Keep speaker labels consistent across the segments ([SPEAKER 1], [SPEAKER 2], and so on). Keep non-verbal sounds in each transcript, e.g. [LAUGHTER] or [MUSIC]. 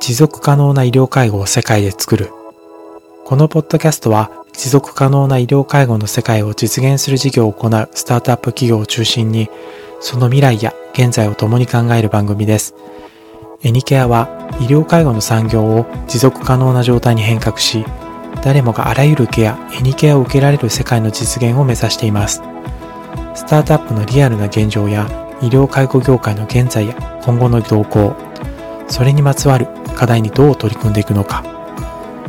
[SPEAKER 1] 持続可能な医療介護を世界で作る。このポッドキャストは持続可能な医療介護の世界を実現する事業を行うスタートアップ企業を中心に、その未来や現在を共に考える番組です。エニケアは医療介護の産業を持続可能な状態に変革し、誰もがあらゆるケア、エニケアを受けられる世界の実現を目指しています。スタートアップのリアルな現状や医療介護業界の現在や今後の動向、それにまつわる課題にどう取り組んでいくのか、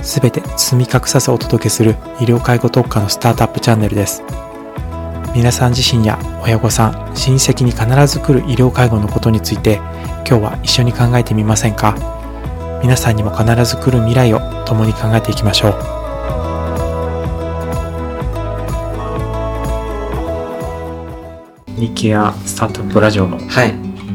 [SPEAKER 1] すべて包み隠さずお届けする医療介護特化のスタートアップチャンネルです。皆さん自身や親御さん、親戚に必ず来る医療介護のことについて、今日は一緒に考えてみませんか皆さんにも必ず来る未来を共に考えていきましょう。ニケアスタートアップラジオの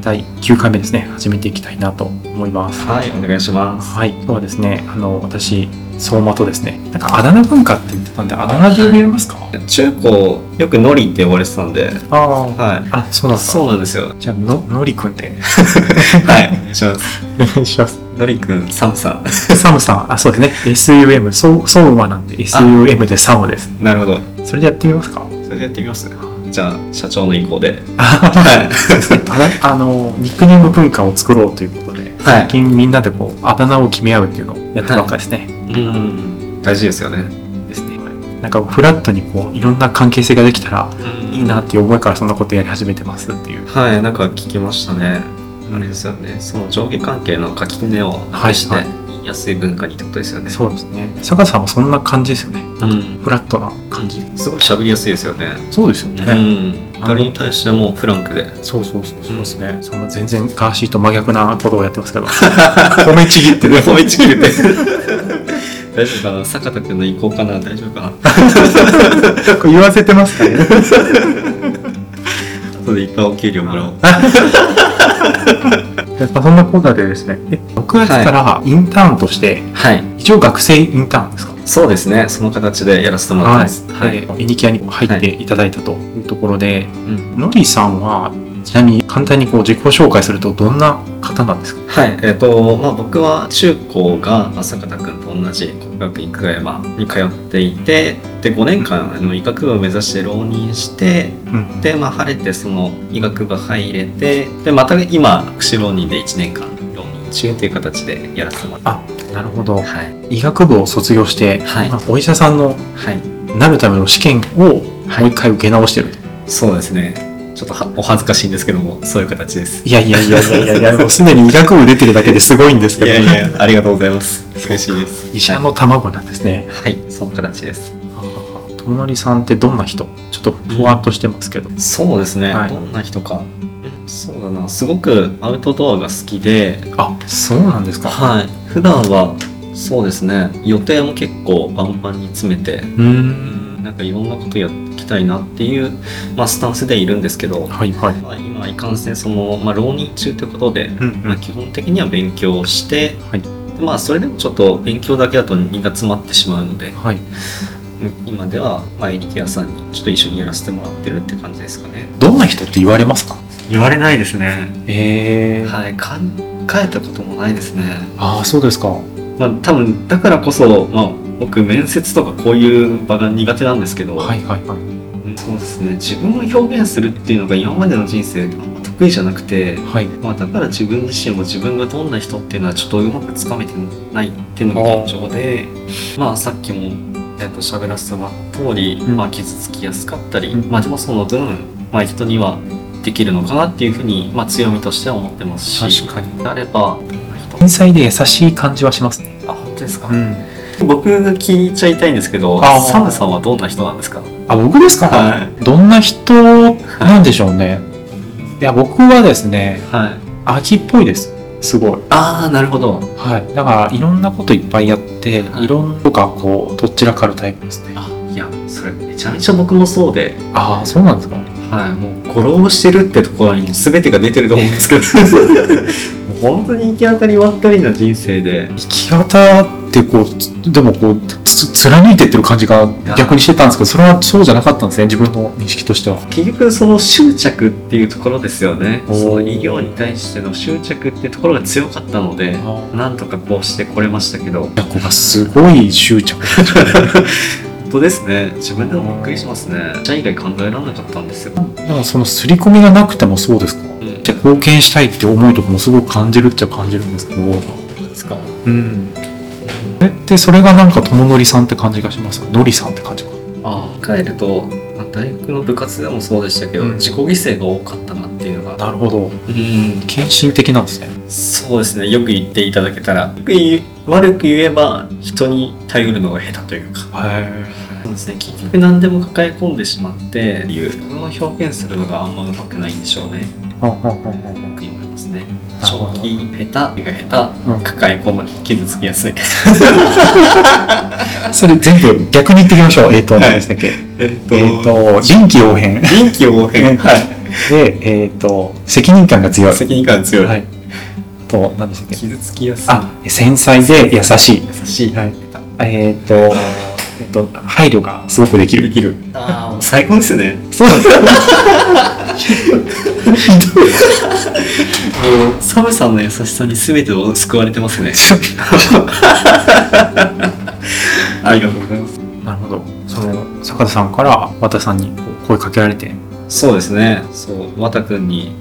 [SPEAKER 1] 第9回目ですね、始めていきたいなと思います。
[SPEAKER 2] はい、お願いします。
[SPEAKER 1] はい、今日はですね、あの私相馬とですね、なんかあだ名文化って言ってたんで、あだ名で呼びますか？
[SPEAKER 2] 中高よくのりって呼ばれてたんで、
[SPEAKER 1] ああ、はい、あ、そうなんです
[SPEAKER 2] か。そうなんですよ。
[SPEAKER 1] じゃあののりくんで、
[SPEAKER 2] はい、お願いします。
[SPEAKER 1] お願いします。
[SPEAKER 2] のりくん、サムさん。
[SPEAKER 1] サムさん、あ、そうですね。SUM、そう相馬なんで SUM でサムです。
[SPEAKER 2] なるほど。
[SPEAKER 1] それでやってみますか？
[SPEAKER 2] それでやってみます。じゃ社長の意向で。
[SPEAKER 1] [LAUGHS] はい。あの、ニックネーム文化を作ろうということで、
[SPEAKER 2] [LAUGHS]
[SPEAKER 1] 最近みんなでこう、あだ名を決め合うっていうのをやったばっかですね。
[SPEAKER 2] うん。大事ですよね。
[SPEAKER 1] ですね。なんかフラットにこう、いろんな関係性ができたらいいなっていう思いからそんなことやり始めてますっていう。
[SPEAKER 2] はい、なんか聞きましたね。あれですよね。その上下関係の垣根を外して、はい、安い文化にってことですよね。
[SPEAKER 1] そうですね。坂さんもそんな感じですよね。フラットな感じ、
[SPEAKER 2] すごい喋りやすいですよね
[SPEAKER 1] そうですよね、
[SPEAKER 2] 誰に対してもフランクで
[SPEAKER 1] そうそうそうそうですね、そんな全然ガーシーと真逆なことをやってますけど [LAUGHS] 褒めちぎってね
[SPEAKER 2] 褒めちぎって [LAUGHS] 大丈夫かな坂田君の意向かな大丈夫かな
[SPEAKER 1] 言わせてますかね
[SPEAKER 2] 後でいっぱいお給料もらおう
[SPEAKER 1] やっぱそんなコーナーでですね、6月からインターンとして、
[SPEAKER 2] はい、
[SPEAKER 1] 一応学生インターンですか
[SPEAKER 2] そうですね、その形でやらせてもらってます。
[SPEAKER 1] はい。はい、エニキアに入っていただいたというところで、はい、のりさんは、ちなみに簡単にこう自己紹介するとどんな方なんですか
[SPEAKER 2] はい、えっ、ー、と、まあ僕は中高が坂田君と同じ国学院久我山に通っていて、で5年間の医学部を目指して浪人して、うん、で、まあ晴れてその医学部入れて、で、また今、福祉浪人で1年間浪人中という形でやらせてもらって
[SPEAKER 1] ます。なるほど、はい、医学部を卒業して、はい、まあ、お医者さんの、
[SPEAKER 2] はい、
[SPEAKER 1] なるための試験をもう一回受け直してる、はい、
[SPEAKER 2] そうですねちょっとお恥ずかしいんですけどもそういう形です
[SPEAKER 1] いやいやいやいやいや [LAUGHS] もうすでに医学部出てるだけですごいんですけど、
[SPEAKER 2] ね、いやいやありがとうございます嬉しいです
[SPEAKER 1] 医者の卵なんですね
[SPEAKER 2] はい、その形です
[SPEAKER 1] ともりさんってどんな人ちょっとふわっとしてますけど、
[SPEAKER 2] そうですね、どんな人かそうだなすごくアウトドアが好きで
[SPEAKER 1] あそうなんですか
[SPEAKER 2] はい普段はそうですね予定も結構バンバンに詰めて
[SPEAKER 1] うん
[SPEAKER 2] なんかいろんなことやっていきたいなっていう、まあ、スタンスでいるんですけど、
[SPEAKER 1] はいはいま
[SPEAKER 2] あ、今いかんせんその、まあ、浪人中ということで、うんうん、まあ、基本的には勉強して、
[SPEAKER 1] はい、
[SPEAKER 2] まあそれでもちょっと勉強だけだと身が詰まってしまうので、
[SPEAKER 1] はい、
[SPEAKER 2] 今では、まあ、エリケアさんにちょっと一緒にやらせてもらってるって感じですかね
[SPEAKER 1] どんな人って言われますか
[SPEAKER 2] 言われないですね。
[SPEAKER 1] えー、
[SPEAKER 2] はい、考えたこともないですね。
[SPEAKER 1] ああ、そうですか。
[SPEAKER 2] まあ、多分だからこそ、まあ、僕面接とかこういう場が苦手なんですけど。。
[SPEAKER 1] はいはいはい
[SPEAKER 2] そうですね。自分を表現するっていうのが今までの人生。得意じゃなくて、
[SPEAKER 1] はい、
[SPEAKER 2] まあ、だから自分自身も自分がどんな人っていうのはちょっとうまくつかめてないっていうのが現状でまあさっきも、えー、と喋らせてもらった通り、うん、まあ、傷つきやすかったり、うん、まあ、でもその分、まあ、人にはできるのかなっていうふうに、まあ、強みとしては思ってますし
[SPEAKER 1] 確かに
[SPEAKER 2] あれば
[SPEAKER 1] 天才で優しい感じはしますね
[SPEAKER 2] あ本当ですか、
[SPEAKER 1] うん、
[SPEAKER 2] 僕聞いちゃいたいんですけどサムさんはどんな人なんですか
[SPEAKER 1] あ僕ですか、
[SPEAKER 2] はい、
[SPEAKER 1] どんな人なんでしょうね、はい、いや僕はですね、
[SPEAKER 2] はい、
[SPEAKER 1] 秋っぽいですすごい
[SPEAKER 2] ああなるほど
[SPEAKER 1] はいだからいろんなこといっぱいやって、はい、いろんなとかこうどちらかるタイプですね
[SPEAKER 2] あいやそれめちゃめちゃ僕もそうで
[SPEAKER 1] ああそうなんですか
[SPEAKER 2] はい、もう語呂をしてるってところに全てが出てると思うんです [LAUGHS] けど本当に行き当たりばったりな人生で
[SPEAKER 1] 行き当たってこうでもこうつ貫いてってる感じが逆にしてたんですけどそれはそうじゃなかったんですね自分の認識としては。
[SPEAKER 2] 結局その執着っていうところですよね
[SPEAKER 1] おー
[SPEAKER 2] その医療に対しての執着っていうところが強かったのでなんとかこうしてこれましたけど
[SPEAKER 1] こがすごい執着。
[SPEAKER 2] 本当ですね自分でもびっくりしますね医者以外考えられなかったんですよ
[SPEAKER 1] だからその刷り込みがなくてもそうですか
[SPEAKER 2] うん
[SPEAKER 1] じゃあ貢献したいって思いとかもすごく感じるっちゃ感じるんですけど。
[SPEAKER 2] ですか
[SPEAKER 1] うん。で、それがなんか、とものりさんって感じがしますかのりさんって感じか。
[SPEAKER 2] ああ帰るとまあ大学の部活でもそうでしたけど、
[SPEAKER 1] うん
[SPEAKER 2] 自己犠牲が多かったなっていうのが
[SPEAKER 1] なるほど。
[SPEAKER 2] うん
[SPEAKER 1] 献身的なんですね。
[SPEAKER 2] そうですねよく言っていただけたらよく言う悪く言えば人に頼るのが下手というか
[SPEAKER 1] はい。
[SPEAKER 2] そうですね結局何でも抱え込んでしまってっていう自分を表現するのがあんまうまくないんでしょうね
[SPEAKER 1] はんはんはんはん
[SPEAKER 2] 僕に思いますね
[SPEAKER 1] なるほ
[SPEAKER 2] 正
[SPEAKER 1] ど
[SPEAKER 2] 気下手手が下手、
[SPEAKER 1] うん
[SPEAKER 2] 抱え込む傷つきやすい
[SPEAKER 1] それ全部逆に言っていきましょう。えっ、と、何でしたっけ。
[SPEAKER 2] えっと
[SPEAKER 1] えっ、と、臨機応変。で、
[SPEAKER 2] 臨機応変はい
[SPEAKER 1] えっ、と、責任感が強い。
[SPEAKER 2] 責任感強い、
[SPEAKER 1] はい。あと、何でしたっけ。
[SPEAKER 2] 傷つきやすい
[SPEAKER 1] あ、繊細で優しい。
[SPEAKER 2] 優しい、
[SPEAKER 1] はい。えっ、と、えっ、と、配慮がすごくできる。できる。
[SPEAKER 2] ああ最高ですね
[SPEAKER 1] そう [LAUGHS] なんです
[SPEAKER 2] もうサムさんの優しさに全てを救われてますねありがとうございます
[SPEAKER 1] なるほど。その坂田さんから和田さんにこう声かけられて、
[SPEAKER 2] そうですねそう綿くんに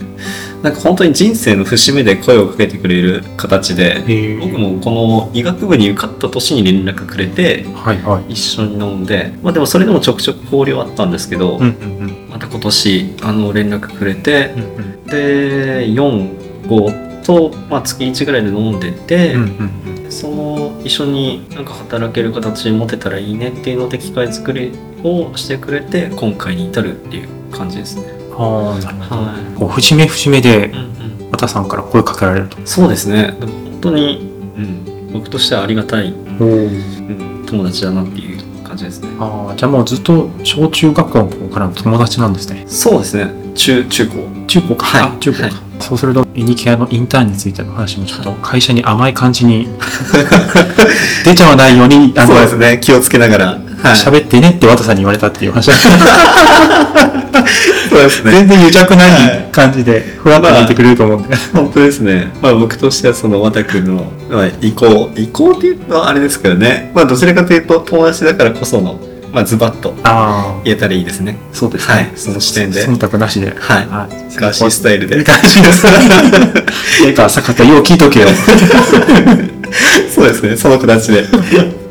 [SPEAKER 2] なんか本当に人生の節目で声をかけてくれる形で僕もこの医学部に受かった年に連絡くれて
[SPEAKER 1] はいはい。
[SPEAKER 2] 一緒に飲んでまあでもそれでもちょくちょく交流はあったんですけど、
[SPEAKER 1] うんうん
[SPEAKER 2] また今年あの連絡くれて
[SPEAKER 1] うんうん
[SPEAKER 2] で45と、まあ、月1ぐらいで飲んでて、
[SPEAKER 1] うんうん
[SPEAKER 2] その一緒になんか働ける形に持てたらいいねっていうので機会作りをしてくれて今回に至るっていう感じですね。
[SPEAKER 1] うん。ああなるほど。
[SPEAKER 2] は
[SPEAKER 1] こう節目節目で
[SPEAKER 2] い、うん
[SPEAKER 1] 和田さんから声かけられると
[SPEAKER 2] う。ん、そうですねでも本当に、うん、僕としてはありがたい、うん、友達だなっていう感じですね。
[SPEAKER 1] ああじゃあもうずっと小中学校の頃からの友達なんですね。
[SPEAKER 2] そうですね中中高
[SPEAKER 1] 中高か。
[SPEAKER 2] はい
[SPEAKER 1] あ中高か。
[SPEAKER 2] はい
[SPEAKER 1] そうするとユニケアのインターンについての話もちょっと会社に甘い感じに [LAUGHS] 出ちゃわないようにあの
[SPEAKER 2] ね気をつけながら、は
[SPEAKER 1] 喋ってねって和田さんに言われたっていう話。
[SPEAKER 2] そうです
[SPEAKER 1] 全然癒着ない感じで、ふわっと言ってくれると思うんで。
[SPEAKER 2] 本当ですね。まあ僕としてはその和田君の、まあ、意向、意向っていうのはあれですけどね。まあどちらかというと友達だからこその、まあズバッと
[SPEAKER 1] あ
[SPEAKER 2] 言えたらいいですね。
[SPEAKER 1] あ、そうですね。
[SPEAKER 2] はい、その視点で。
[SPEAKER 1] 忖度なしで。
[SPEAKER 2] はい。
[SPEAKER 1] はい。
[SPEAKER 2] ガーシー [LAUGHS] スタイルで。
[SPEAKER 1] ガーシースタイル。てか、坂田、よう聞い [LAUGHS] とけよ。
[SPEAKER 2] [LAUGHS] そうですね、その形で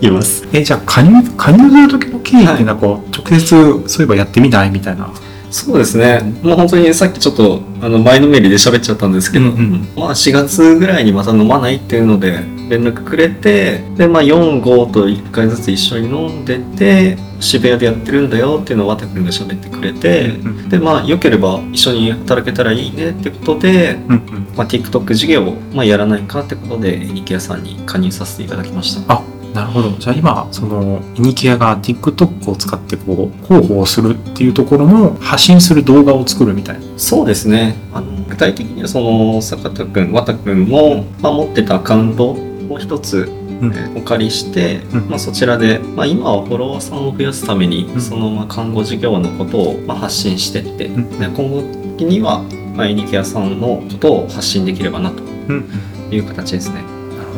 [SPEAKER 2] 言います。
[SPEAKER 1] え、じゃあ、加入、加入する時の経緯っ
[SPEAKER 2] は
[SPEAKER 1] て、
[SPEAKER 2] い
[SPEAKER 1] なんか、こう直接、そういえばやってみないみたいな。
[SPEAKER 2] そうですね。もう本当にさっきちょっと、あの、前のめりで喋っちゃったんですけど、
[SPEAKER 1] うんうん
[SPEAKER 2] まあ4月ぐらいにまた飲まないっていうので連絡くれて、で、まあ4、5と1回ずつ一緒に飲んでて、渋谷でやってるんだよっていうのを和田君が喋ってくれて、
[SPEAKER 1] うん
[SPEAKER 2] でまあ良ければ一緒に働けたらいいねってことで、
[SPEAKER 1] うんうん。
[SPEAKER 2] まあ、TikTok 事業を、まあ、やらないかってことでエニケアさんに加入させていただきました
[SPEAKER 1] あ、なるほど。じゃあ、今、その、イニケアが TikTok を使って、こう、広報するっていうところの、発信する動画を作るみたいな。
[SPEAKER 2] そうですねあの具体的にはその坂田君綿君も、まあ、持ってたアカウントを一つ
[SPEAKER 1] うん
[SPEAKER 2] えーお借りして、
[SPEAKER 1] うん
[SPEAKER 2] まあ、そちらで、まあ、今はフォロワーさんを増やすために、
[SPEAKER 1] ん
[SPEAKER 2] そのまあ看護事業のことをまあ発信してって、
[SPEAKER 1] ん
[SPEAKER 2] で今後的には、まあ、エニケアさんのことを発信できればなと
[SPEAKER 1] うん。
[SPEAKER 2] いう形ですね
[SPEAKER 1] なる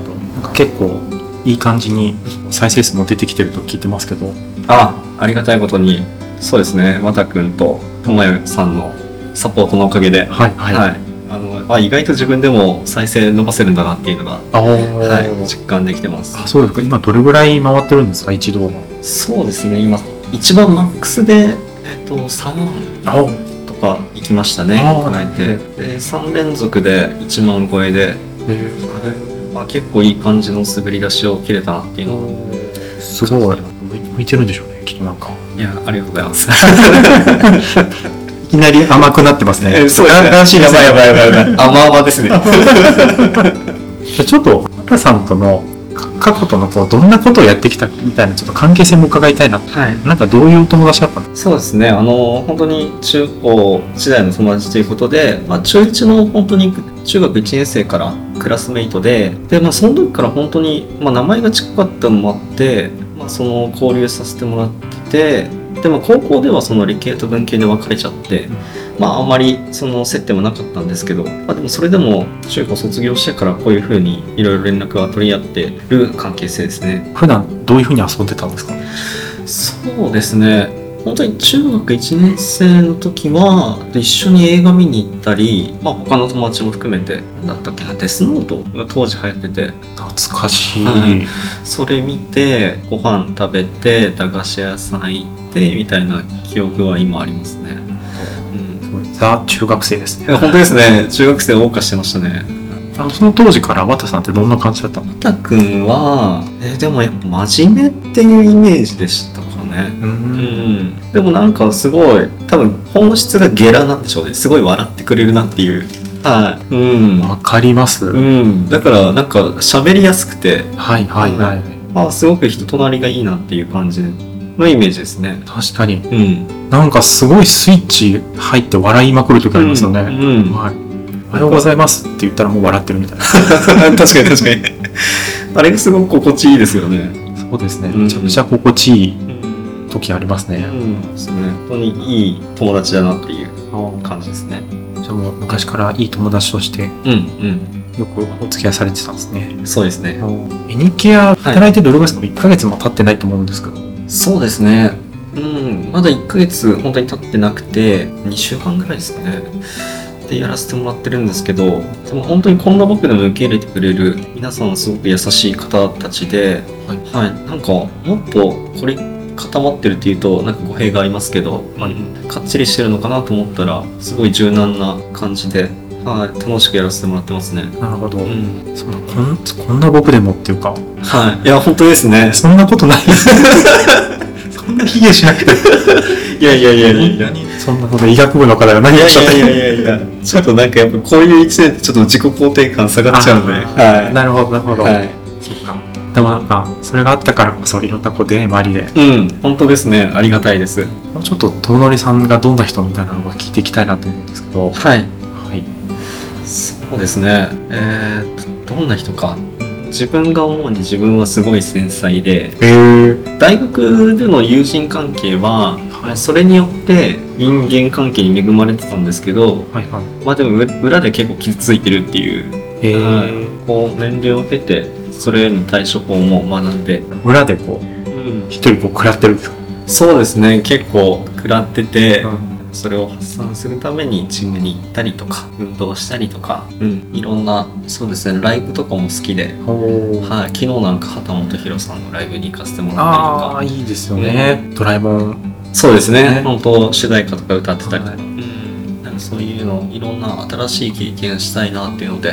[SPEAKER 1] ほど。なんか結構いい感じに再生数も出てきてると聞いてますけど。
[SPEAKER 2] あありがたいことにそうですねまたくんとともよさんのサポートのおかげで、
[SPEAKER 1] はいは
[SPEAKER 2] はいあのあ意外と自分でも再生伸ばせるんだなっていうのが、
[SPEAKER 1] あ、
[SPEAKER 2] はい、実感できてます
[SPEAKER 1] あ、そうですか。今どれぐらい回ってるんですか一度。
[SPEAKER 2] そうですね今一番マックスで、えっと、3万
[SPEAKER 1] あ、
[SPEAKER 2] とか行きましたね
[SPEAKER 1] あー
[SPEAKER 2] 考えてで3連続で1万超えで、まあ、結構いい感じの滑り出しを切れたなっていうのを
[SPEAKER 1] すごい。向いてるんでしょうね。ちょっとなんか。
[SPEAKER 2] いやありがとうござい [LAUGHS] ます
[SPEAKER 1] いきなり甘くなってますね。
[SPEAKER 2] そうですね
[SPEAKER 1] ガーシー
[SPEAKER 2] やばいやばいやばいやばい [LAUGHS] 甘々ですね
[SPEAKER 1] じゃあちょっと、またさんとの過去とのこうどんなことをやってきたみたいなちょっと関係性も伺いたいな。
[SPEAKER 2] はい
[SPEAKER 1] なんかどういうお友達だったの
[SPEAKER 2] そうですね、あの本当に中高時代の友達ということで、まあ、中1の本当に中学1年生からクラスメイトでで、まあ、その時から本当に、まあ、名前が近かったのもあって、まあ、その交流させてもらっててでも高校ではその理系と文系で分かれちゃって、まああんまりその接点もなかったんですけど、まあ、でもそれでも中高卒業してからこういうふうにいろいろ連絡は取り合ってる関係性ですね。
[SPEAKER 1] 普段どういうふうに遊んでたんですか
[SPEAKER 2] そうですね本当に中学1年生の時は一緒に映画見に行ったり、まあ、他の友達も含めてだったっけなデスノートが当時流行ってて
[SPEAKER 1] 懐かしい、
[SPEAKER 2] はいそれ見てご飯食べて駄菓子屋さん行ってみたいな記憶は今ありますね、うん、
[SPEAKER 1] ザ中学生ですね
[SPEAKER 2] いや本当ですね中学生謳歌してましたね
[SPEAKER 1] あのその当時から綿さんってどんな感じだったの
[SPEAKER 2] たくんはえでもやっぱ真面目っていうイメージでしたかね
[SPEAKER 1] う
[SPEAKER 2] うんん、でもなんかすごい多分本質がゲラなんでしょうねすごい笑ってくれるなっていうはいうん、
[SPEAKER 1] わかります、
[SPEAKER 2] うん、だからなんか喋りやすくて
[SPEAKER 1] はいはいはい
[SPEAKER 2] あすごく人となりがいいなっていう感じのイメージですね
[SPEAKER 1] 確かに
[SPEAKER 2] うん
[SPEAKER 1] なんかすごいスイッチ入って笑いまくる時ありますよね、
[SPEAKER 2] うんうん
[SPEAKER 1] はいおはようございますって言ったらもう笑ってるみたいな
[SPEAKER 2] [LAUGHS] 確かに確かにあれがすごく心地いいですよね
[SPEAKER 1] そうですね
[SPEAKER 2] うん
[SPEAKER 1] めちゃくちゃ心地いい
[SPEAKER 2] うん
[SPEAKER 1] 時ありますね、
[SPEAKER 2] ですね本当にいい友達だなっていう感じですね
[SPEAKER 1] じゃあもう昔からいい友達として
[SPEAKER 2] うん
[SPEAKER 1] よくお付き合いされてたんですね
[SPEAKER 2] うんそうですね
[SPEAKER 1] エニケア働いてどれぐらいですか、1ヶ月も経ってないと思うんですけど
[SPEAKER 2] そうですねうんまだ1ヶ月本当に経ってなくて2週間ぐらいですかねでやらせてもらってるんですけどでも本当にこんな僕でも受け入れてくれる皆さんすごく優しい方たちで
[SPEAKER 1] は
[SPEAKER 2] はいい、なんかもっとこれ固まってるっていうとなんか語弊がありますけど、まあ、かっちりしてるのかなと思ったらすごい柔軟な感じで、はい、楽しくやらせてもらってますね
[SPEAKER 1] なるほど、
[SPEAKER 2] うん
[SPEAKER 1] そのこんこんな僕でもっていうか
[SPEAKER 2] はいいや本当ですね
[SPEAKER 1] そんなことない [LAUGHS] そんな卑下しなくて
[SPEAKER 2] いやいやいやいや
[SPEAKER 1] そんなこと医学部の方が
[SPEAKER 2] い
[SPEAKER 1] 何をお
[SPEAKER 2] や
[SPEAKER 1] っ
[SPEAKER 2] い
[SPEAKER 1] しゃって
[SPEAKER 2] やいやいやいやちょっとなんかやっぱこういう一年ってちょっと自己肯定感下がっちゃうんで、
[SPEAKER 1] あー
[SPEAKER 2] は
[SPEAKER 1] なるほどなるほ
[SPEAKER 2] い。
[SPEAKER 1] ど、
[SPEAKER 2] はい。
[SPEAKER 1] そっかでもなんかそれがあったからこそいろんなこう出会いもありで
[SPEAKER 2] うん、本当ですね。ありがたいです。
[SPEAKER 1] もうちょっととのりさんがどんな人みたいなのが聞いていきたいなと思うんですけど
[SPEAKER 2] は
[SPEAKER 1] は
[SPEAKER 2] い。
[SPEAKER 1] い
[SPEAKER 2] そうですね。えー、どんな人か。自分が思うに自分はすごい繊細で、
[SPEAKER 1] えー、
[SPEAKER 2] 大学での友人関係は、
[SPEAKER 1] はい
[SPEAKER 2] それによって人間関係に恵まれてたんですけど、
[SPEAKER 1] はいはい
[SPEAKER 2] まあでも裏で結構傷ついてるっていう、
[SPEAKER 1] えー
[SPEAKER 2] はいこう年齢を経て、それへの対処法も学んで、
[SPEAKER 1] 裏でこう
[SPEAKER 2] うん、
[SPEAKER 1] 一人こう食らってるんですか、
[SPEAKER 2] そうですね結構食らってて、それを発散するためにジムに行ったりとか運動したりとか、うん、いろんなそうですねライブとかも好きで、
[SPEAKER 1] おー
[SPEAKER 2] はい、昨日なんか畑本博さんのライブに行かせてもら
[SPEAKER 1] あ
[SPEAKER 2] った
[SPEAKER 1] あ
[SPEAKER 2] りと
[SPEAKER 1] いいですよね、ドラえもん
[SPEAKER 2] かそうですね
[SPEAKER 1] ね
[SPEAKER 2] 本当主題歌とか歌ってたりと
[SPEAKER 1] は
[SPEAKER 2] か、うん、なんかそういうのいろんな新しい経験したいなっていうので、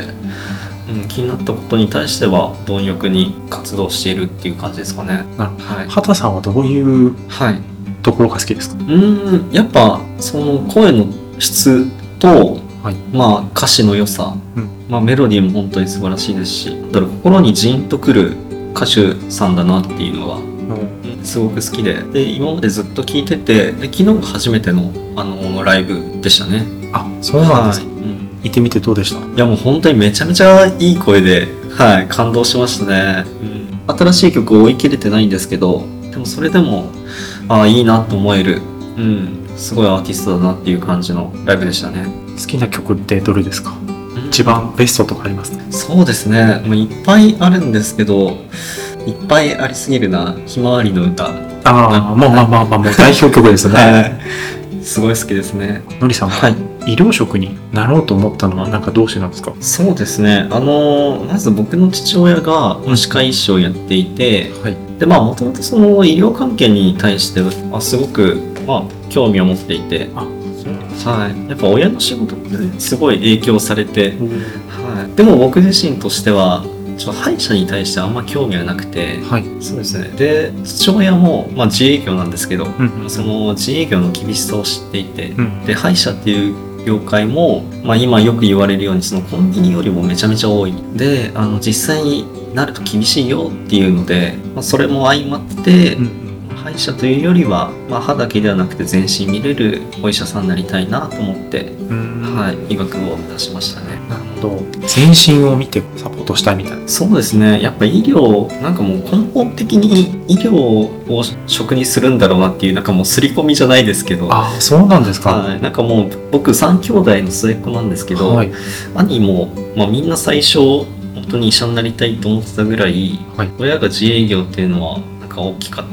[SPEAKER 2] うん、気になったことに対しては貪欲に活動しているっていう感じですかね。
[SPEAKER 1] なるほ
[SPEAKER 2] はい、
[SPEAKER 1] 畑さんはどういう
[SPEAKER 2] はい
[SPEAKER 1] ところが好きですか
[SPEAKER 2] うーんやっぱその声の質と、
[SPEAKER 1] はい
[SPEAKER 2] まあ歌詞の良さ、
[SPEAKER 1] うん
[SPEAKER 2] まあ、メロディーも本当に素晴らしいですしだから心にジーンとくる歌手さんだなっていうのはうんすごく好きでで今までずっと聴いててで昨日が初めてのあのライブでしたね。
[SPEAKER 1] あそうなんです、
[SPEAKER 2] はいうん
[SPEAKER 1] い、行ってみてどうでした
[SPEAKER 2] いやもう本当にめちゃめちゃいい声で、はい、感動しましたね、うん新しい曲を追い切れてないんですけどでもそれでもああいいなと思える、うん、すごいアーティストだなっていう感じのライブでしたね、
[SPEAKER 1] 好きな曲ってどれですか
[SPEAKER 2] うん
[SPEAKER 1] 一番ベストとかあります
[SPEAKER 2] そうですねもういっぱいあるんですけどいっぱいありすぎるな「ひまわりの歌」
[SPEAKER 1] ああもうまあまあまあもう代表曲ですね
[SPEAKER 2] はいすごい好きですね
[SPEAKER 1] のりさんは
[SPEAKER 2] はい
[SPEAKER 1] 医療職になろうと思ったのはなんかどうしてなんですか
[SPEAKER 2] そうですねあのまず僕の父親が歯科医師をやっていて
[SPEAKER 1] はい
[SPEAKER 2] でまあもともとその医療関係に対してあすごく、まあ、興味を持っていて、
[SPEAKER 1] あ
[SPEAKER 2] はい、やっぱ親の仕事ってねすごい影響されて、はい、でも僕自身としてはちょっと歯医者に対してあんま興味がなくて
[SPEAKER 1] はい
[SPEAKER 2] そうですねで父親も、まあ、自営業なんですけど
[SPEAKER 1] うん
[SPEAKER 2] その自営業の厳しさを知っていて
[SPEAKER 1] うん
[SPEAKER 2] で歯医者っていう業界も、まあ、今よく言われるようにそのコンビニよりもめちゃめちゃ多いであの実際になると厳しいよっていうので、まあ、それも相まって、
[SPEAKER 1] うん
[SPEAKER 2] 歯医者というよりは、まあ、歯だけではなくて全身見れるお医者さんになりたいなと思って、
[SPEAKER 1] うん
[SPEAKER 2] はい、医学部を目指しましたね。
[SPEAKER 1] なるほと全身を見てサポートしたいみたいな
[SPEAKER 2] そうですねやっぱ医療なんかもう根本的に医療を職にするんだろうなっていうなんかもう刷り込みじゃないですけど
[SPEAKER 1] ああそうなんですか、
[SPEAKER 2] はい、なんかもう僕3兄弟の末っ子なんですけど、
[SPEAKER 1] はい
[SPEAKER 2] 兄も、まあ、みんな最初本当に医者になりたいと思ってたぐらい、
[SPEAKER 1] はい
[SPEAKER 2] 親が自営業っていうのはなんか大きかった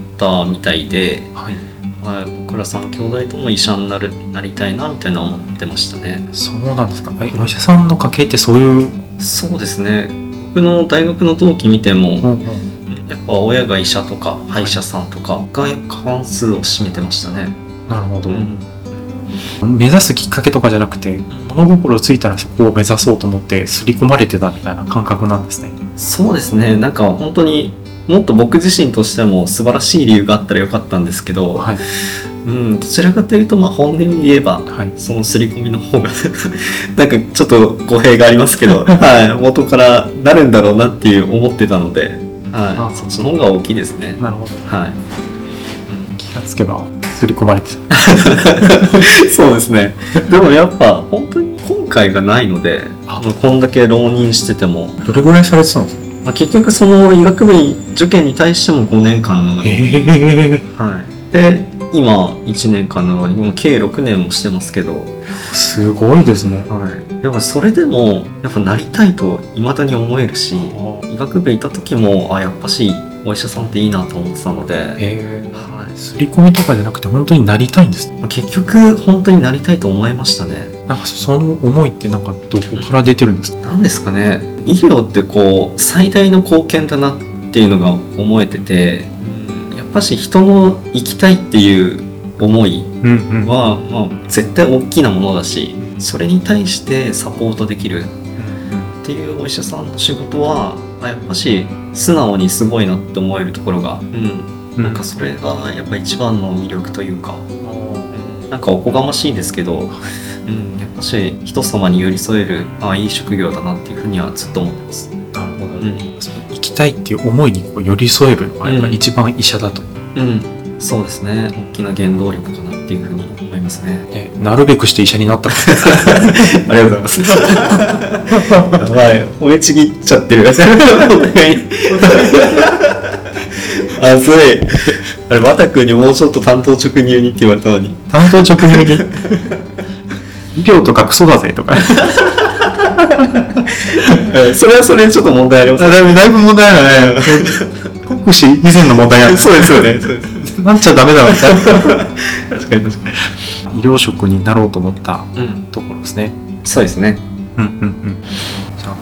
[SPEAKER 2] みたいで、
[SPEAKER 1] はい、
[SPEAKER 2] はい、僕ら3兄弟とも医者になるなりたいなみたいな思ってましたね
[SPEAKER 1] そうなんですかえお医者さんの家系ってそういう、
[SPEAKER 2] そうですね僕の大学の同期見ても、
[SPEAKER 1] うん、
[SPEAKER 2] やっぱ親が医者とか歯医者さんとかがやっぱ半数を占めてましたね。
[SPEAKER 1] なるほど、
[SPEAKER 2] うん
[SPEAKER 1] 目指すきっかけとかじゃなくて物心ついたらそこを目指そうと思って刷り込まれてたみたいな感覚なんですね
[SPEAKER 2] そうですねなんか本当にもっと僕自身としても素晴らしい理由があったらよかったんですけど、
[SPEAKER 1] はい
[SPEAKER 2] うん、どちらかというとまあ本音に言えば
[SPEAKER 1] はい
[SPEAKER 2] その刷り込みの方が [LAUGHS] なんかちょっと語弊がありますけど、 [LAUGHS] はい、元からなるんだろうなっていう思ってたので、
[SPEAKER 1] あ
[SPEAKER 2] はい、そっちの方が大きいですね。
[SPEAKER 1] なるほど
[SPEAKER 2] はい
[SPEAKER 1] 気がつけば刷り込まれてた
[SPEAKER 2] [LAUGHS] そうですね。 [LAUGHS] でもやっぱ本当に今回がないので、
[SPEAKER 1] あ
[SPEAKER 2] もうこんだけ浪人してても、
[SPEAKER 1] どれぐらいされてたんですか
[SPEAKER 2] まあ、結局その医学部受験に対しても5年間なのに、
[SPEAKER 1] ええ
[SPEAKER 2] はい、で今1年間なのにもう計6年もしてますけど、
[SPEAKER 1] すごいですね
[SPEAKER 2] はい、でもそれでもやっぱなりたいと未だに思えるし、医学部いた時もあやっぱしお医者さんっていいなと思ってたので、
[SPEAKER 1] え
[SPEAKER 2] は
[SPEAKER 1] え刷り込みとかじゃなくて本当になりたいんです
[SPEAKER 2] い、結局本当になりたいと思いましたね。
[SPEAKER 1] なんかその思いってなんかどこから出てるんですか
[SPEAKER 2] なんですかね医療ってこう最大の貢献だなっていうのが思えててうんやっぱし人の生きたいっていう思い
[SPEAKER 1] うんうん
[SPEAKER 2] は、まあ、絶対大きなものだしそれに対してサポートできるっていうお医者さんの仕事はあやっぱし素直にすごいなって思えるところが、うん、
[SPEAKER 1] な
[SPEAKER 2] なんかそれがやっぱ一番の魅力というか、
[SPEAKER 1] う
[SPEAKER 2] うんなんかおこがましいですけど、うん、やっぱし人様に寄り添えるあいい職業だなっていうふうにはずっと思ってます。
[SPEAKER 1] なるほど
[SPEAKER 2] う
[SPEAKER 1] ね
[SPEAKER 2] ん、
[SPEAKER 1] その生きたいっていう思いにこう寄り添えるのがやっぱ一番医者だと、
[SPEAKER 2] うん、そうですね大きな原動力かなっていうふうに思いますね。
[SPEAKER 1] ねなるべくして医者になったから
[SPEAKER 2] ありがとうございます。はい、褒めちぎっちゃってる。お互いにあ、ずい。あれ、ワタ君にもうちょっと担当直入にって言われたのに。
[SPEAKER 1] 担当直入に医療とかクソだぜとか
[SPEAKER 2] えそれはそれでちょっと問題あります。
[SPEAKER 1] だいぶだいぶ問題だね国士以前の問題や
[SPEAKER 2] そうですよね。そうです
[SPEAKER 1] なっちゃダメだろみたい
[SPEAKER 2] 確かに確かに。
[SPEAKER 1] な医療職になろうと思った
[SPEAKER 2] うん、
[SPEAKER 1] ところですね
[SPEAKER 2] そうですね。
[SPEAKER 1] うんうんうんじゃあ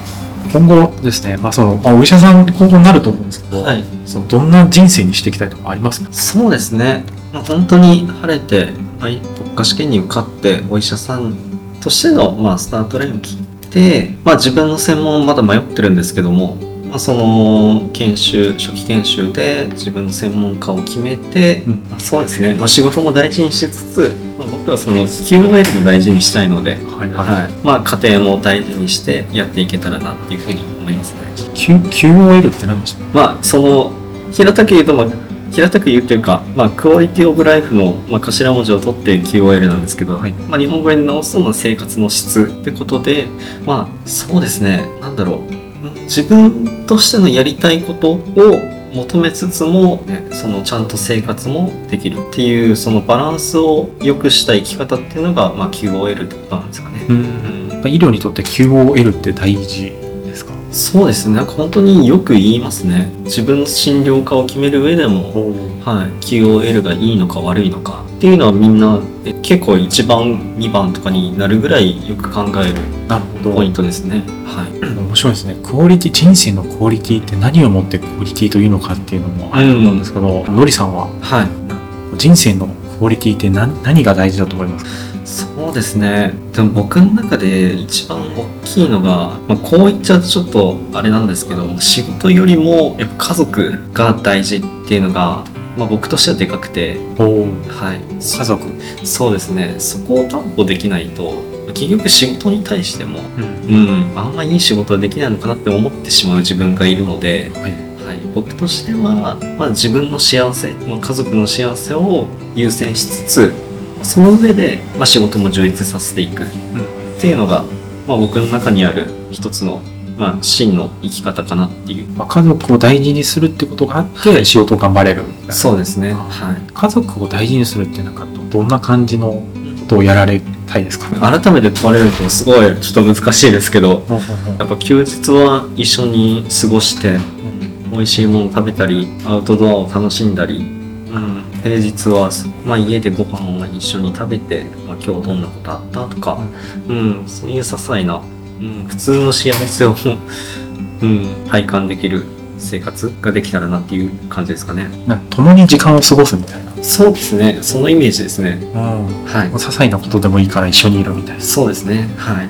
[SPEAKER 1] 今後ですね、まあそのまあ、お医者さん今後になると思うんですけど、
[SPEAKER 2] はい。
[SPEAKER 1] そのどんな人生にしていきたいとかありますか
[SPEAKER 2] そうですね、まあ、本当に晴れて、はい、国家試験に受かってお医者さんとしての、まあ、スタートラインを切って、まあ、自分の専門まだ迷ってるんですけども、まあ、その研修初期研修で自分の専門家を決めて、
[SPEAKER 1] うん
[SPEAKER 2] まあそうですね、まあ、仕事も大事にしつつ、まあ、僕はその QOL も大事にしたいので、
[SPEAKER 1] はい
[SPEAKER 2] はいまあ、家庭も大事にしてやっていけたらなっていうふうに思いますね。
[SPEAKER 1] い。Q QOL って何でした
[SPEAKER 2] まあその平たく言うと、まあ、平たく言うというか、まあ、クオリティオブライフの、まあ、頭文字を取って QOL なんですけど、
[SPEAKER 1] はい
[SPEAKER 2] まあ、日本語に直すとまあ生活の質ってことでまあそうですねなんだろう自分としてのやりたいことを求めつつも、ねそのちゃんと生活もできるっていうそのバランスを良くした生き方っていうのが、まあ、QOL ってことなんですかね。
[SPEAKER 1] うんまあ医療にとって QOL って大事ですか
[SPEAKER 2] そうですねなんか本当によく言いますね。自分の診療科を決める上でもはい、QOL がいいのか悪いのかっていうのはみんなえ結構1番2番とかになるぐらいよく考える
[SPEAKER 1] なるほど。
[SPEAKER 2] ポイントですね。はい
[SPEAKER 1] 面白いですね。クオリティ、人生のクオリティって何をもってクオリティというのかっていうのもあると思うんですけど、のりさんは
[SPEAKER 2] はい、
[SPEAKER 1] 人生のクオリティって何何が大事だと思いますか
[SPEAKER 2] そうですねでも僕の中で一番大きいのが、まあ、こう言っちゃうとちょっとあれなんですけど仕事よりもやっぱ家族が大事っていうのが、まあ、僕としてはでかくて、はい、
[SPEAKER 1] 家族。
[SPEAKER 2] そうですねそこを担保できないと結局仕事に対してもうん、あんまいい仕事はできないのかなって思ってしまう自分がいるので、
[SPEAKER 1] はい
[SPEAKER 2] はい、僕としては、まあ、自分の幸せ、まあ、家族の幸せを優先しつつその上で、まあ、仕事も充実させていくっていうのが、まあ、僕の中にある一つの、まあ、真の生き方かなっていう。
[SPEAKER 1] まあ、家族を大事にするってことがあって仕事を頑張れるみたいな
[SPEAKER 2] そうですね。はい。
[SPEAKER 1] 家族を大事にするってなんかどんな感じのことをやられたいですか
[SPEAKER 2] 改めて問われるとすごいちょっと難しいですけど、やっぱ休日は一緒に過ごして、美味しいものを食べたり、アウトドアを楽しんだり、うん、平日は、まあ、家でご飯を一緒に食べて、まあ、今日どんなことあったとか、うん、そういう些細な、うん、普通の幸せを、うん、体感できる生活ができたらなっていう感じですかね。
[SPEAKER 1] なんか共に時間を過ごすみたいな、
[SPEAKER 2] そうですね。そのイメージですね。
[SPEAKER 1] うん、
[SPEAKER 2] はい
[SPEAKER 1] 些。細なことでもいいから一緒にいるみたいな
[SPEAKER 2] そうですね。はい。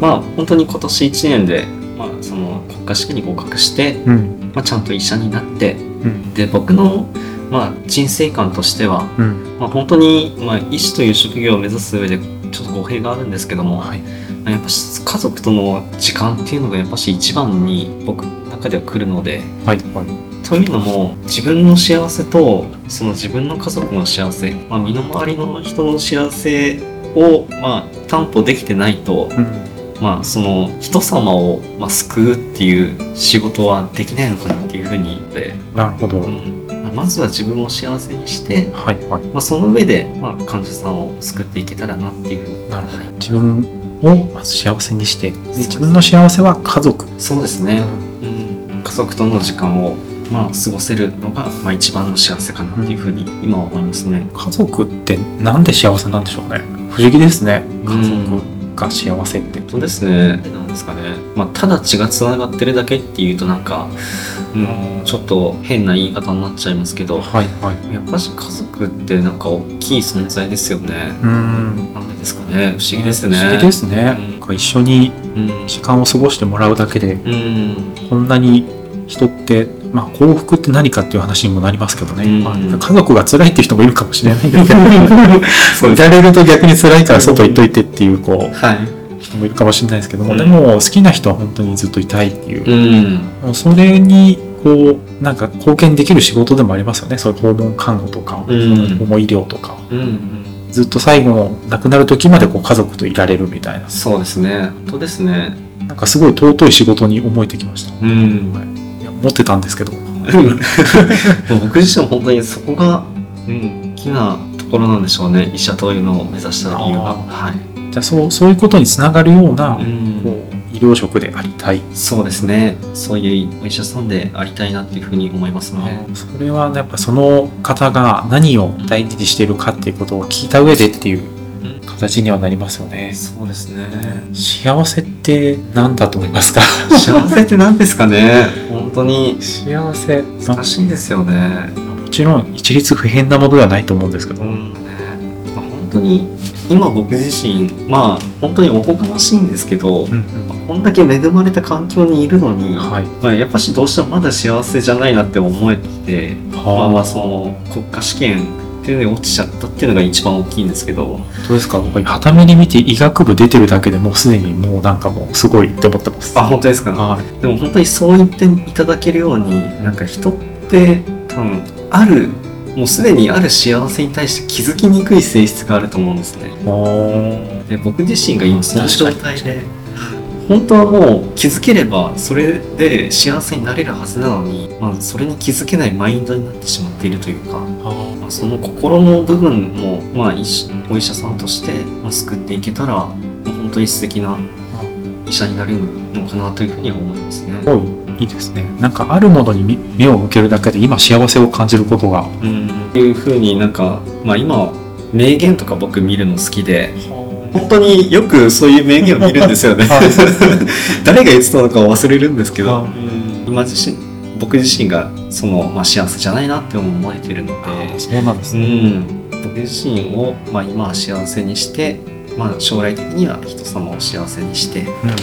[SPEAKER 2] まあ、本当に今年1年で、まあ、その国家試験に合格して、
[SPEAKER 1] うん
[SPEAKER 2] まあ、ちゃんと医者になって、
[SPEAKER 1] うん
[SPEAKER 2] で、僕の、まあ、人生観としては、
[SPEAKER 1] うん
[SPEAKER 2] まあ、本当に、まあ、医師という職業を目指す上で、ちょっと語弊があるんですけども、
[SPEAKER 1] はい
[SPEAKER 2] まあやっぱし家族との時間っていうのがやっぱし一番に僕の中では来るので、
[SPEAKER 1] はいはい
[SPEAKER 2] というのも自分の幸せとその自分の家族の幸せ、まあ、身の回りの人の幸せを、まあ、担保できてないと、
[SPEAKER 1] うん
[SPEAKER 2] まあ、その人様を、まあ、救うっていう仕事はできないのかなっていうふうに言って、
[SPEAKER 1] なるほど、
[SPEAKER 2] うんまあまずは自分を幸せにして、
[SPEAKER 1] はいはい
[SPEAKER 2] まあ、その上で、まあ、患者さんを救っていけたらなっていう
[SPEAKER 1] なるほど自分をまず幸せにしてで
[SPEAKER 2] です
[SPEAKER 1] 自分の幸せは家族
[SPEAKER 2] そうですね、うん、家族との時間を、まあ、過ごせるのが、まあ、一番の幸せかなっていうふうに今は思いますね。
[SPEAKER 1] 家族ってなんで幸せなんでしょうね不思議ですね家
[SPEAKER 2] うん
[SPEAKER 1] 族が幸せって、
[SPEAKER 2] そうですね。なんですかね。まあ、ただ血がつながってるだけっていうとなんか、うん、ちょっと変な言い方になっちゃいますけど、
[SPEAKER 1] はいはい
[SPEAKER 2] やっぱし家族ってなんか大きい存在ですよね。
[SPEAKER 1] うん
[SPEAKER 2] なんでですかね。不思議ですね。
[SPEAKER 1] 不思議ですね、
[SPEAKER 2] うん
[SPEAKER 1] なんか一緒に
[SPEAKER 2] うん。
[SPEAKER 1] 時間を過ごしてもらうだけで
[SPEAKER 2] うん。
[SPEAKER 1] こんなに人って、まあ、幸福って何かっていう話にもなりますけどね、
[SPEAKER 2] うん
[SPEAKER 1] まあ家族が辛いっていう人もいるかもしれないけ
[SPEAKER 2] [LAUGHS]
[SPEAKER 1] ど
[SPEAKER 2] そう
[SPEAKER 1] い
[SPEAKER 2] で
[SPEAKER 1] ら
[SPEAKER 2] す。
[SPEAKER 1] れると逆に辛いから外行っといてっていうこ
[SPEAKER 2] はい。
[SPEAKER 1] う人もいるかもしれないですけども、
[SPEAKER 2] うん
[SPEAKER 1] でも好きな人は本当にずっといたいっていう、
[SPEAKER 2] うん。
[SPEAKER 1] もうそれにこうなんか貢献できる仕事でもありますよねそういう訪問看護とか、
[SPEAKER 2] うん
[SPEAKER 1] 訪問医療とか
[SPEAKER 2] うんうん。
[SPEAKER 1] ずっと最後の亡くなる時までこう家族といられるみたいな
[SPEAKER 2] そうですね。本当ですね。
[SPEAKER 1] なんかすごい尊い仕事に思えてきました
[SPEAKER 2] うん。
[SPEAKER 1] いや思ってたんですけど [LAUGHS]
[SPEAKER 2] でも僕自身も本当にそこが、うん、好きなところなんでしょうね。医者というのを目指した理由が。
[SPEAKER 1] あー
[SPEAKER 2] はい。
[SPEAKER 1] じゃあそうそういうことにつながるような、
[SPEAKER 2] うん
[SPEAKER 1] こう医療職でありたい、
[SPEAKER 2] そうですね。そういうお医者さんでありたいなっていうふうに思いますね。
[SPEAKER 1] それはねやっぱその方が何を大事にしているかっていうことを聞いた上でっていう形にはなりますよね
[SPEAKER 2] そうですね。
[SPEAKER 1] 幸せって何だと思いますか
[SPEAKER 2] 幸せって何ですかね。本当に
[SPEAKER 1] 幸せ、ま
[SPEAKER 2] 難しいですよね。
[SPEAKER 1] あ、もちろん一律不変なものではないと思うんですけど、
[SPEAKER 2] うん。まあ本当に今僕自身、まあ本当におこがましいんですけど、
[SPEAKER 1] うん
[SPEAKER 2] こんだけ恵まれた環境にいるのに、
[SPEAKER 1] はい
[SPEAKER 2] まあ、やっぱしどうしてもまだ幸せじゃないなって思えて、まあまあ
[SPEAKER 1] は
[SPEAKER 2] その国家試験っていうのに落ちちゃったっていうのが一番大きいんですけど、
[SPEAKER 1] あどうですか僕はた目に見て医学部出てるだけでもうすでにもうなんかもうすごいって思ってます
[SPEAKER 2] あ、本当ですか
[SPEAKER 1] はい
[SPEAKER 2] でも本当にそう言っていただけるようになんか人って多分あるもうすでにある幸せに対して気づきにくい性質があると思うんですね
[SPEAKER 1] お
[SPEAKER 2] で僕自身が今その状
[SPEAKER 1] 確か
[SPEAKER 2] 態で本当はもう気づければそれで幸せになれるはずなのに、まあ、それに気づけないマインドになってしまっているというか、まあ、その心の部分も、まあ、医師お医者さんとして、まあ、救っていけたらまあ本当に素敵な医者になれるのかなというふうには思いますね。
[SPEAKER 1] すごいいいですねなんかあるものにみ目を向けるだけで今幸せを感じることが
[SPEAKER 2] うんっていう風になんか、まあ、今名言とか僕見るの好きで本当によくそういう名言を見るんです [LAUGHS] よね
[SPEAKER 1] はい
[SPEAKER 2] [LAUGHS] 誰が言ってたのか忘れるんですけど
[SPEAKER 1] はい
[SPEAKER 2] うん今自身僕自身がその、まあ、幸せじゃないなって思えてるので
[SPEAKER 1] そうなんです
[SPEAKER 2] う
[SPEAKER 1] ね、
[SPEAKER 2] ん僕自身を、まあ、今は幸せにして、まあ、将来的には人様を幸せにして
[SPEAKER 1] うんうんうん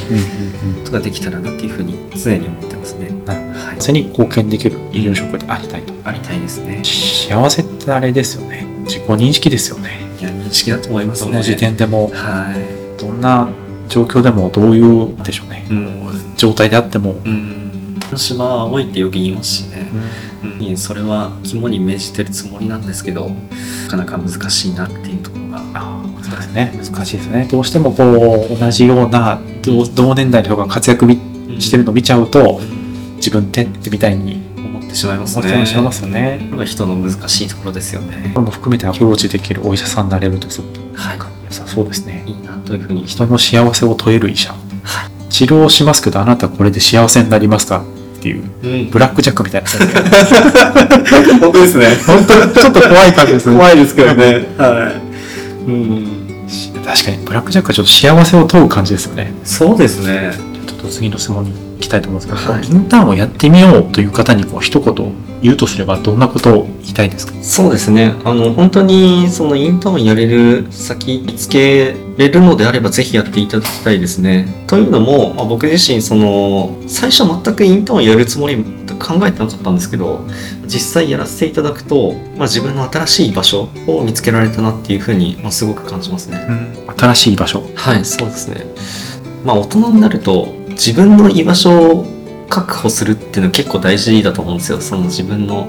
[SPEAKER 2] ことができたらなっていう風に常に思ってますね。
[SPEAKER 1] なる
[SPEAKER 2] はい
[SPEAKER 1] 幸、せに貢献できる医療職でありたいと
[SPEAKER 2] ありたいですね。
[SPEAKER 1] 幸せってあれですよね自己認識ですよね
[SPEAKER 2] いや認識だと思います
[SPEAKER 1] そ
[SPEAKER 2] ね。
[SPEAKER 1] の時点でも
[SPEAKER 2] はい。
[SPEAKER 1] どんな状況でもどういうでしょうね
[SPEAKER 2] うん、
[SPEAKER 1] 状態であっても、
[SPEAKER 2] うん、私は青いってよく言いますしね、うん、それは肝に銘じてるつもりなんですけどなかなか難しいなっていうところが
[SPEAKER 1] ああそうですね難しいですねどうしてもこう同じような同同年代の人が活躍みしてるの見ちゃうと自分ってってみたいに
[SPEAKER 2] 思ってしまいます
[SPEAKER 1] 思ってしまい
[SPEAKER 2] ね
[SPEAKER 1] ますよね。
[SPEAKER 2] これが人の難しいところですよね
[SPEAKER 1] こういうのも含めてアプローチできるお医者さんになれるとすごく
[SPEAKER 2] はい
[SPEAKER 1] 良さそうですね。
[SPEAKER 2] いいなというふうに人
[SPEAKER 1] 人の幸せを問える医者。治療しますけどあなたこれで幸せになりますかっていう
[SPEAKER 2] うん
[SPEAKER 1] ブラックジャックみたいな感じで
[SPEAKER 2] 本当ですね
[SPEAKER 1] 本当にちょっと怖い感じですね。
[SPEAKER 2] 怖いですけどねはいうん
[SPEAKER 1] 確かにブラックジャックはちょっと幸せを問う感じですよね。
[SPEAKER 2] そうですね
[SPEAKER 1] ちょっと次の質問に行きたいと思うんですけど、
[SPEAKER 2] はい
[SPEAKER 1] インターンをやってみようという方にこう一言言うとすればどんなことを言いたいですか
[SPEAKER 2] そうですね。あの、本当に、そのインターンやれる先見つけれるのであれば、ぜひやっていただきたいですね。というのも、まあ、僕自身、その、最初全くインターンやるつもり考えてなかったんですけど、実際やらせていただくと、まあ、自分の新しい場所を見つけられたなっていうふうに、まあ、すごく感じますね。
[SPEAKER 1] 新しい場所。
[SPEAKER 2] はい、そうですね。まあ大人になると自分の居場所を確保するっていうのは結構大事だと思うんですよ。その自分の、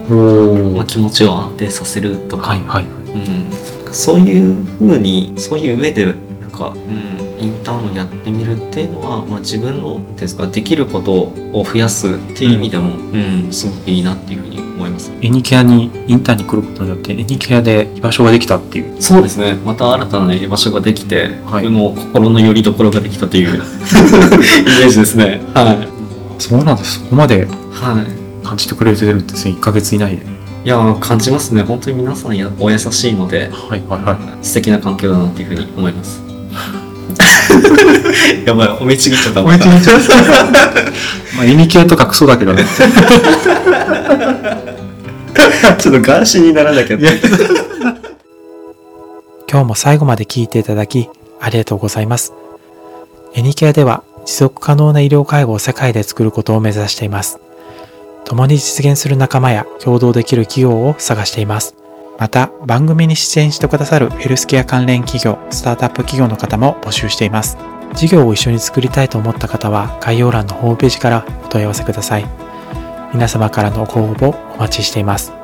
[SPEAKER 2] まあ、気持ちを安定させるとか、
[SPEAKER 1] はいはい。
[SPEAKER 2] うん、そういう風にそういう上でなんか、うん、インターンをやってみるっていうのは、まあ、自分のなんていうんですかできることを増やすっていう意味でも、うんすごくいいなっていうふうに思います。
[SPEAKER 1] エニケアにインターンに来ることによってエニケアで居場所ができたっていう
[SPEAKER 2] そうですね。また新たな居場所ができて、
[SPEAKER 1] はい
[SPEAKER 2] 僕の心の拠り所ができたと [LAUGHS] いうイメージですね。はい。
[SPEAKER 1] そうなんですそこまで
[SPEAKER 2] はい。
[SPEAKER 1] 感じてくれてるんですね1ヶ月以内で
[SPEAKER 2] いやー感じますね本当に皆さんやお優しいので
[SPEAKER 1] はいはいは
[SPEAKER 2] 素敵な環境だなっていうふうに思います [LAUGHS] やばい褒めちぎっちゃった
[SPEAKER 1] いちゃう [LAUGHS] まあエニケアとかクソだけどね
[SPEAKER 2] [LAUGHS] ちょっとガーシーにならなきゃ
[SPEAKER 3] 今日も最後まで聞いていただきありがとうございます。エニケアでは持続可能な医療介護を世界で作ることを目指しています。共に実現する仲間や共同できる企業を探しています。また番組に出演してくださるヘルスケア関連企業、スタートアップ企業の方も募集しています。事業を一緒に作りたいと思った方は概要欄のホームページからお問い合わせください。皆様からのご応募お待ちしています。